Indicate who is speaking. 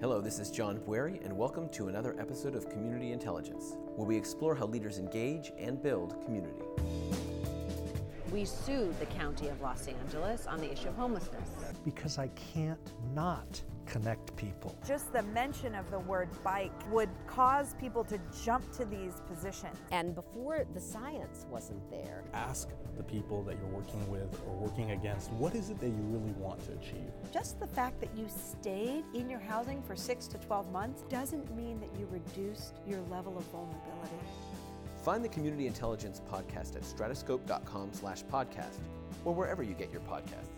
Speaker 1: Hello, this is John Bueri, and welcome to another episode of Community Intelligence, where we explore how leaders engage and build community.
Speaker 2: We sued the county of Los Angeles on the issue of homelessness.
Speaker 3: because I can't not connect people.
Speaker 4: Just the mention of the word bike would cause people to jump to these positions.
Speaker 2: And before the science wasn't there,
Speaker 5: ask the people that you're working with or working against what is it that you really want to achieve
Speaker 6: Just the fact that you stayed in your housing for six to 12 months doesn't mean that you reduced your level of vulnerability.
Speaker 1: Find the Community Intelligence podcast at stratascope.com/podcast or wherever you get your podcasts.